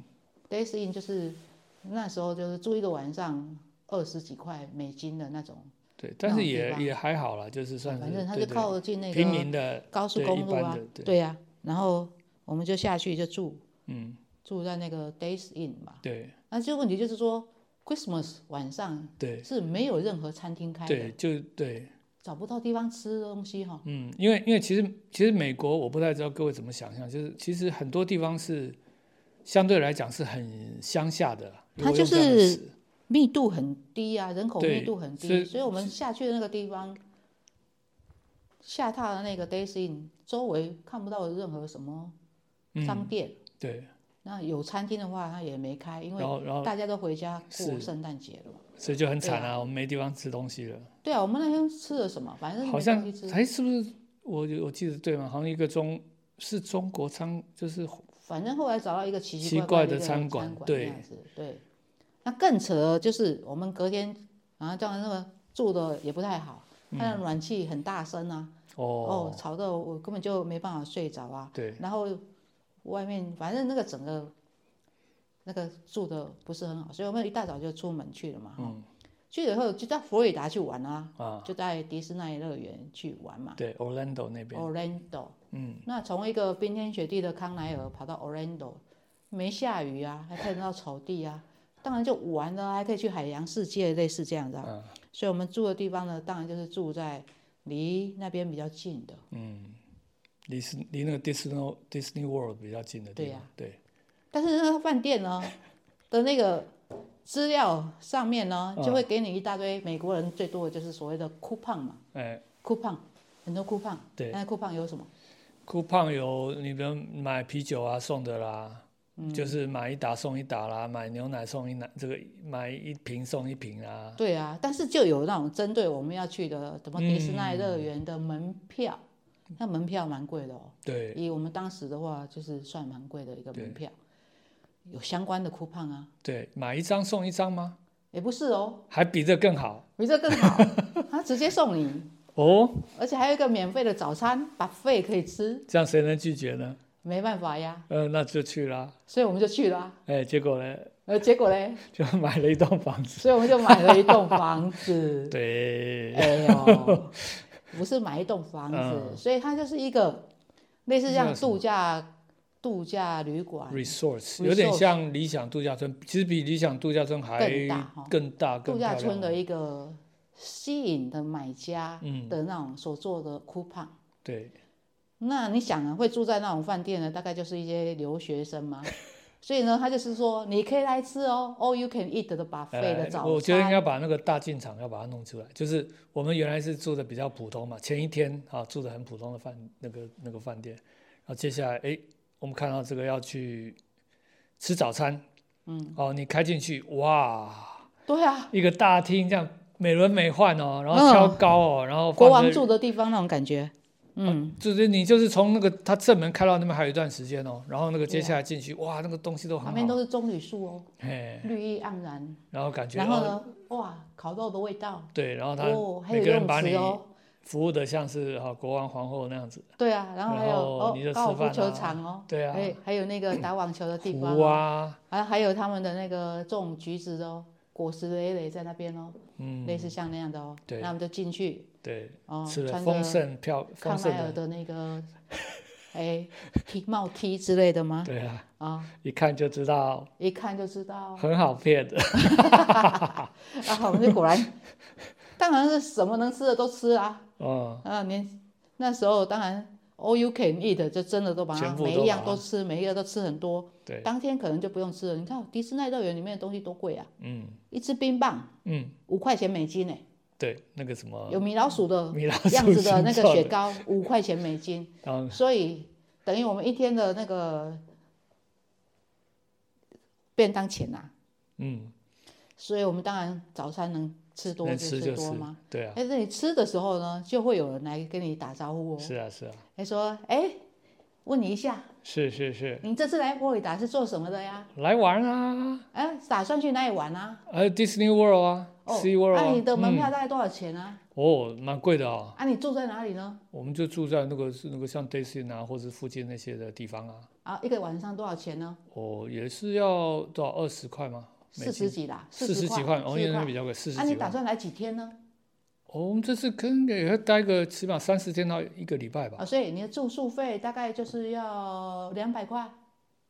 Speaker 1: ，Days Inn 就是那时候就是住一个晚上二十几块美金的那种，
Speaker 2: 对，
Speaker 1: 那
Speaker 2: 但是
Speaker 1: 种地
Speaker 2: 也
Speaker 1: 方
Speaker 2: 也还好啦，就是算是
Speaker 1: 反正它
Speaker 2: 对
Speaker 1: 就
Speaker 2: 对
Speaker 1: 靠近那
Speaker 2: 平
Speaker 1: 个
Speaker 2: 民的
Speaker 1: 高速
Speaker 2: 对
Speaker 1: 公
Speaker 2: 一
Speaker 1: 路
Speaker 2: 般
Speaker 1: 啊
Speaker 2: 的，对
Speaker 1: 对呀、然后我们就下去就住，
Speaker 2: 嗯，
Speaker 1: 住在那个 Days Inn 嘛。
Speaker 2: 对
Speaker 1: 那这个问题就是说，Christmas 晚上
Speaker 2: 对
Speaker 1: 是没有任何餐厅开的，
Speaker 2: 对，就对，
Speaker 1: 找不到地方吃东西哈、
Speaker 2: 嗯，因为因为其实其实美国我不太知道各位怎么想象，就是其实很多地方是相对来讲是很乡下的啦，如
Speaker 1: 它
Speaker 2: 果
Speaker 1: 就
Speaker 2: 用这样的
Speaker 1: 是
Speaker 2: 词
Speaker 1: 密度很低啊，人口密度很低，
Speaker 2: 对是
Speaker 1: 所以我们下去的那个地方，下
Speaker 2: 嗯
Speaker 1: 榻的那个 Days Inn 周围看不到任何什么商店，
Speaker 2: 对
Speaker 1: 那有餐厅的话，他也没开，因为
Speaker 2: 然后然后
Speaker 1: 大家都回家过
Speaker 2: 是
Speaker 1: 圣诞节了嘛。
Speaker 2: 所以就很
Speaker 1: 对
Speaker 2: 惨啊，我们没地方吃东西了。
Speaker 1: 对啊，我们那天吃了什么？反正
Speaker 2: 好
Speaker 1: 没
Speaker 2: 像
Speaker 1: 东西吃，
Speaker 2: 还是不是我我记得对吗？好像一个中是中国餐，就是
Speaker 1: 反正后来找到一个奇
Speaker 2: 奇
Speaker 1: 怪
Speaker 2: 怪
Speaker 1: 的
Speaker 2: 的餐馆
Speaker 1: 馆，
Speaker 2: 对
Speaker 1: 这样子，对。那更扯的就是我们隔天，然后这样那个住的也不太好，
Speaker 2: 嗯
Speaker 1: 它的暖气很大声啊，
Speaker 2: 哦，
Speaker 1: 哦，吵得我根本就没办法睡着啊。
Speaker 2: 对，
Speaker 1: 然后外面反正那个整个那个住的不是很好，所以我们一大早就出门去了嘛。
Speaker 2: 嗯
Speaker 1: 去了以后就到佛罗里达去玩啊，
Speaker 2: 啊，
Speaker 1: 就在迪士尼乐园去玩嘛。
Speaker 2: 对，Orlando 那
Speaker 1: 哦
Speaker 2: 边，
Speaker 1: Orlando，
Speaker 2: 嗯，
Speaker 1: 那从一个冰天雪地的康奈尔跑到 Orlando，没下雨啊，还看得到草地啊，当然就玩了啊，还可以去海洋世界，类似这样子啊。
Speaker 2: 啊，
Speaker 1: 所以我们住的地方呢，当然就是住在离那边比较近的。
Speaker 2: 嗯，离是离那个 Disney Disney World 比较近的地
Speaker 1: 对
Speaker 2: 方
Speaker 1: 呀，
Speaker 2: 对，
Speaker 1: 但是那个饭店呢 的那个资料上面呢，
Speaker 2: 嗯
Speaker 1: 就会给你一大堆美国人最多的就是所谓的 coupon 嘛
Speaker 2: 哎
Speaker 1: ，coupon 很多 coupon，
Speaker 2: 对
Speaker 1: 那 coupon 有什么？
Speaker 2: ，coupon 有你比如买啤酒啊送的啦。就是买一打送一打啦，买牛奶送一奶，这个买一瓶送一瓶啦。
Speaker 1: 对啊，但是就有那种针对我们要去的什么
Speaker 2: 嗯
Speaker 1: 迪士尼乐园的门票，那门票蛮贵的哦。
Speaker 2: 对，
Speaker 1: 以我们当时的话，就是算蛮贵的一个门票，有相关的 coupon 啊，
Speaker 2: 对，买一张送一张吗？
Speaker 1: 也不是哦，
Speaker 2: 还比这更好
Speaker 1: 比这更好，他直接送你，
Speaker 2: 哦，
Speaker 1: 而且还有一个免费的早餐，把费可以吃，
Speaker 2: 这样谁能拒绝呢？
Speaker 1: 没办法呀。
Speaker 2: 呃，那就去啦。
Speaker 1: 所以我们就去了啊、
Speaker 2: 哎，结果呢，
Speaker 1: 呃，结果嘞，
Speaker 2: 就买了一栋房子。
Speaker 1: 所以我们就买了一栋房子。
Speaker 2: 对，
Speaker 1: 哎呦，不是买一栋房子，
Speaker 2: 嗯
Speaker 1: 所以它就是一个类似像
Speaker 2: 那叫什么
Speaker 1: 度假度假旅馆，
Speaker 2: resorts
Speaker 1: Resort
Speaker 2: 有点像理想度假村，其实比理想度假村还
Speaker 1: 更大哈
Speaker 2: 更大、
Speaker 1: 度
Speaker 2: 更漂
Speaker 1: 假
Speaker 2: 亮哦
Speaker 1: 村的一个吸引的买家
Speaker 2: 嗯，
Speaker 1: 的那种所做的 coupon。
Speaker 2: 对，
Speaker 1: 那你想啊，会住在那种饭店的，大概就是一些留学生 嘛。所以呢，他就是说，你可以来吃哦，all you can eat 的 buffet 啊的
Speaker 2: 哎
Speaker 1: 早餐。
Speaker 2: 我觉得应该把那个大进场要把它弄出来。就是我们原来是住的比较普通嘛，前一天啊住的很普通的饭那个那个饭店，然后接下来哎，我们看到这个要去吃早餐，嗯，哦，你开进去哇，
Speaker 1: 对啊，
Speaker 2: 一个大厅这样美轮美奂哦，然后挑高哦，然
Speaker 1: 嗯
Speaker 2: 后
Speaker 1: 国
Speaker 2: 放着
Speaker 1: 王住的地方那种感觉。嗯，
Speaker 2: 就是你就是从那个它正门开到那边还有一段时间哦，然后那个接下来进去，哇，那个东西都
Speaker 1: 旁
Speaker 2: 哦很
Speaker 1: 边
Speaker 2: 好，
Speaker 1: 都是棕榈树哦，
Speaker 2: 哎，
Speaker 1: 绿意盎然。
Speaker 2: 然后感觉
Speaker 1: 然后
Speaker 2: 哦，
Speaker 1: 呢，哇，烤肉的味道
Speaker 2: 对，然后它
Speaker 1: 哦，还
Speaker 2: 每
Speaker 1: 有
Speaker 2: 个
Speaker 1: 游
Speaker 2: 人
Speaker 1: 泳
Speaker 2: 把
Speaker 1: 池
Speaker 2: 你
Speaker 1: 哦，
Speaker 2: 服务的像是哈国王皇后那样子，
Speaker 1: 对啊，然后还有
Speaker 2: 然后
Speaker 1: 哦
Speaker 2: 你就
Speaker 1: 高尔
Speaker 2: 吃饭
Speaker 1: 夫
Speaker 2: 啊
Speaker 1: 球场哦，
Speaker 2: 对啊，
Speaker 1: 还还有那个打网球的地方
Speaker 2: 湖
Speaker 1: 哦，
Speaker 2: 啊，
Speaker 1: 啊，还有他们的那个种橘子的哦，果实累累在那边哦，
Speaker 2: 嗯，
Speaker 1: 类似像那样的哦，
Speaker 2: 对
Speaker 1: 那我们就进去
Speaker 2: 对，
Speaker 1: 哦，
Speaker 2: 吃了
Speaker 1: 穿
Speaker 2: 丰
Speaker 1: 着
Speaker 2: 盛漂丰
Speaker 1: 康
Speaker 2: 盛
Speaker 1: 奈尔
Speaker 2: 的，
Speaker 1: 的那个哎 T 帽 T 之类的吗？
Speaker 2: 对啊，
Speaker 1: 啊，
Speaker 2: 一看就知道
Speaker 1: 一看就知道。
Speaker 2: 很好骗的，
Speaker 1: 然后我们就啊果然，当然是什么能吃的都吃啊。
Speaker 2: 嗯，
Speaker 1: 啊，年那时候当然 all you can eat 就真的都把它
Speaker 2: 全部
Speaker 1: 每
Speaker 2: 都
Speaker 1: 一样
Speaker 2: 把
Speaker 1: 都吃，每一个都吃很多。
Speaker 2: 对，
Speaker 1: 当天可能就不用吃了。你看迪士尼乐园里面的东西多贵啊！
Speaker 2: 嗯
Speaker 1: 一支冰棒
Speaker 2: 嗯，
Speaker 1: 五块钱美金呢、欸
Speaker 2: 对，那个什么
Speaker 1: 有米老鼠的
Speaker 2: 米老
Speaker 1: 样
Speaker 2: 鼠
Speaker 1: 子的
Speaker 2: 形
Speaker 1: 那个
Speaker 2: 状
Speaker 1: 雪，糕五块钱美金，
Speaker 2: 然后
Speaker 1: 所以等于我们一天的那个便当钱呐、
Speaker 2: 嗯，
Speaker 1: 所以我们当然早餐能吃多
Speaker 2: 能
Speaker 1: 就
Speaker 2: 吃就
Speaker 1: 多
Speaker 2: 吃
Speaker 1: 嘛。，
Speaker 2: 对啊，
Speaker 1: 哎，那你吃的时候呢，就会有人来跟你打招呼哦。
Speaker 2: 是啊是啊，
Speaker 1: 还说：“哎，问你一下，
Speaker 2: 是是是，
Speaker 1: 你这次来佛罗里达是做什么的呀？
Speaker 2: 来玩啊，
Speaker 1: 哎，打算去哪里玩啊？
Speaker 2: 还有 Disney World 啊
Speaker 1: 哦，
Speaker 2: ，Sea World
Speaker 1: 啊，
Speaker 2: 啊
Speaker 1: 你的门票大概多少钱啊？
Speaker 2: 哦，蛮贵的啊。
Speaker 1: 啊，你住在哪里呢？
Speaker 2: 我们就住在那个是那个像 Daisy 啊，或者附近那些的地方啊。
Speaker 1: 啊，一个晚上多少钱呢？
Speaker 2: 哦，也是要多少二十块吗？美
Speaker 1: 四十
Speaker 2: 金
Speaker 1: 几啦，
Speaker 2: 四十
Speaker 1: 块，
Speaker 2: 几块，哦，
Speaker 1: 四
Speaker 2: 因
Speaker 1: 十
Speaker 2: 为
Speaker 1: 块。
Speaker 2: 那边比较贵，四十
Speaker 1: 啊，
Speaker 2: 几
Speaker 1: 你
Speaker 2: 块
Speaker 1: 打。算来几天呢？
Speaker 2: 哦，我们这次可能也要待个起码三十天到一个礼拜吧。
Speaker 1: 啊，所以你的住宿费大概就是要两百块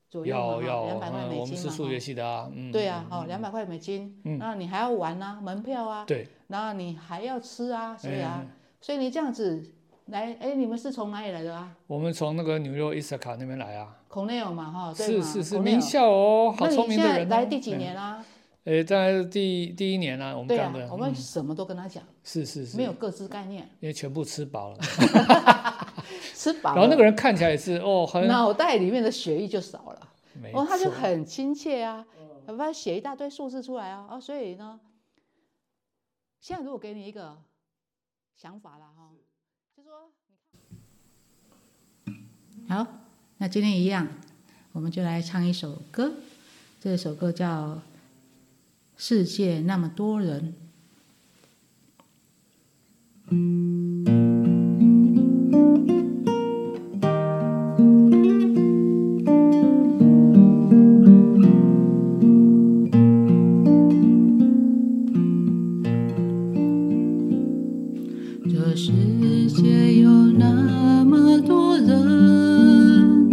Speaker 1: 左右
Speaker 2: 要
Speaker 1: 嘛，
Speaker 2: 要，
Speaker 1: 两百块
Speaker 2: 嗯，
Speaker 1: 美
Speaker 2: 我们
Speaker 1: 金
Speaker 2: 是
Speaker 1: 嘛，
Speaker 2: 数
Speaker 1: 哈
Speaker 2: 学系的啊，嗯，
Speaker 1: 对啊，哦，两百块美金，那你还要玩啊，门票啊，
Speaker 2: 对，
Speaker 1: 然后你还要吃
Speaker 2: 嗯
Speaker 1: 啊，所以啊，所以你这样子来，哎，你们是从哪里来的啊？
Speaker 2: 我们从那个纽约伊斯卡那边来啊，
Speaker 1: 孔内尔嘛，哈，哦对
Speaker 2: 是
Speaker 1: 嘛，
Speaker 2: 是是，
Speaker 1: 孔内
Speaker 2: 名
Speaker 1: 尔
Speaker 2: 校哦，好
Speaker 1: 那
Speaker 2: 聪
Speaker 1: 你
Speaker 2: 明
Speaker 1: 现
Speaker 2: 的
Speaker 1: 在
Speaker 2: 人哦。
Speaker 1: 来第几年啦？
Speaker 2: 诶，在第第一年呢，我们
Speaker 1: 对
Speaker 2: 干
Speaker 1: 啊
Speaker 2: 的，，嗯
Speaker 1: 我们什么都跟他讲，
Speaker 2: 是是是，
Speaker 1: 没有各自概念，
Speaker 2: 因为全部吃饱了，
Speaker 1: 吃饱
Speaker 2: 然后那
Speaker 1: 了，
Speaker 2: 个人看起来也是哦，很
Speaker 1: 脑袋里面的血液就少了。
Speaker 2: 没
Speaker 1: 哦，他就
Speaker 2: 错嗯
Speaker 1: 很亲切啊，要不然写一大堆数字出来啊啊，所以呢，现在如果给你一个想法啦哈，就说你看，好，那今天一样，我们就来唱一首歌，这首歌叫《世界那么多人》。这世界有那么多人，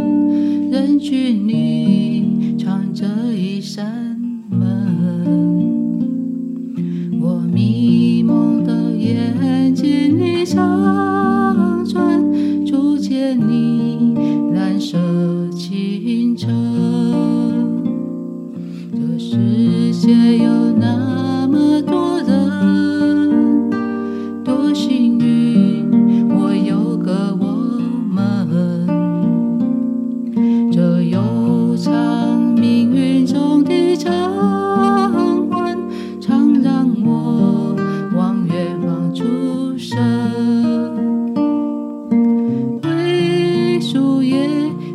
Speaker 1: 人群里藏着一扇门。我迷蒙的眼睛里常穿逐渐你蓝色清澈。这世界有那么多人。多幸运，我有个我们。这悠长命运中的长关，常让我往远方出神。灰树叶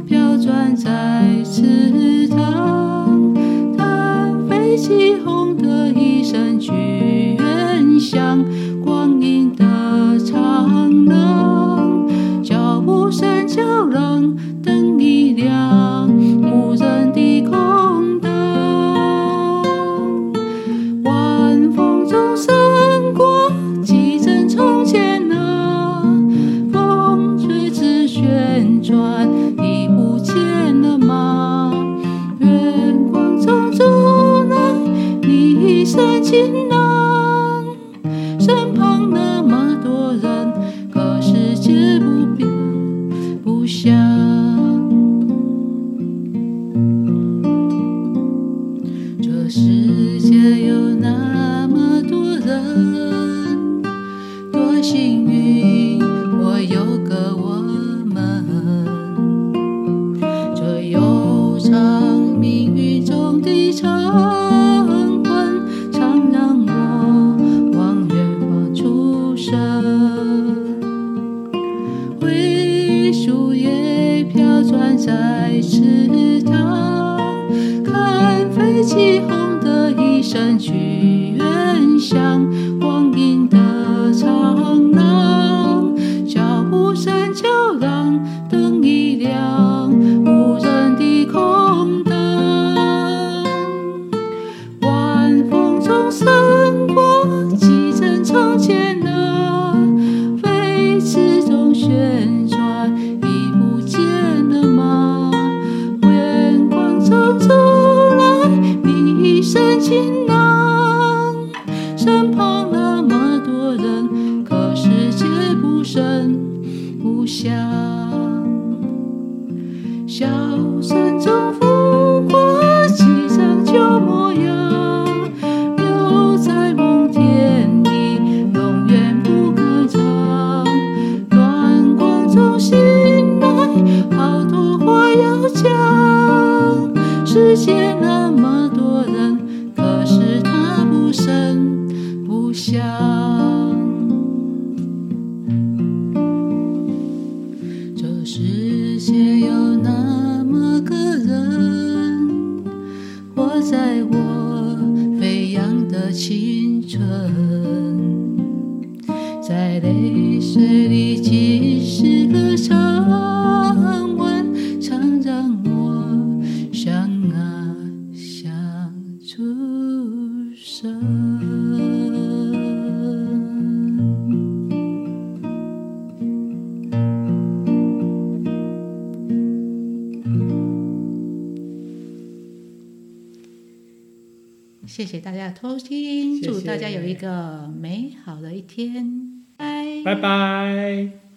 Speaker 1: 飘转在池塘，它飞起红的一身去远乡。光阴的长廊，脚步声悄然，灯一亮，无人的空荡。晚风中闪过几阵从前啊，风吹纸旋转，你不见了吗？月光中走来，你一身晴朗。身旁那么多人，可世界不变不想。这世界有那么多人，多幸运我有个我们。这悠长命运中的长关，常让我。往远方出神。灰树叶飘转在池塘，看飞起红的一身去远乡。光阴的长廊，脚步声悄然，灯一亮，无人的空荡。晚风中闪过几阵从前啊，飞驰中旋转，已不见了吗？远光中走来，你一身晴朗，身旁那么多人，可世界不声不响。笑声中拂过几张旧模样，留在梦田里，永远不可长。暖光中醒来，好多话要讲。世界那么多人，可是他不声不响。这世界有那么个人，活在我飞扬的青春，在泪水里浸湿个长吻，常让我想啊想出神。谢谢大家的偷听，
Speaker 2: 谢谢
Speaker 1: 祝大家有一个美好的一天，拜。
Speaker 2: 拜拜。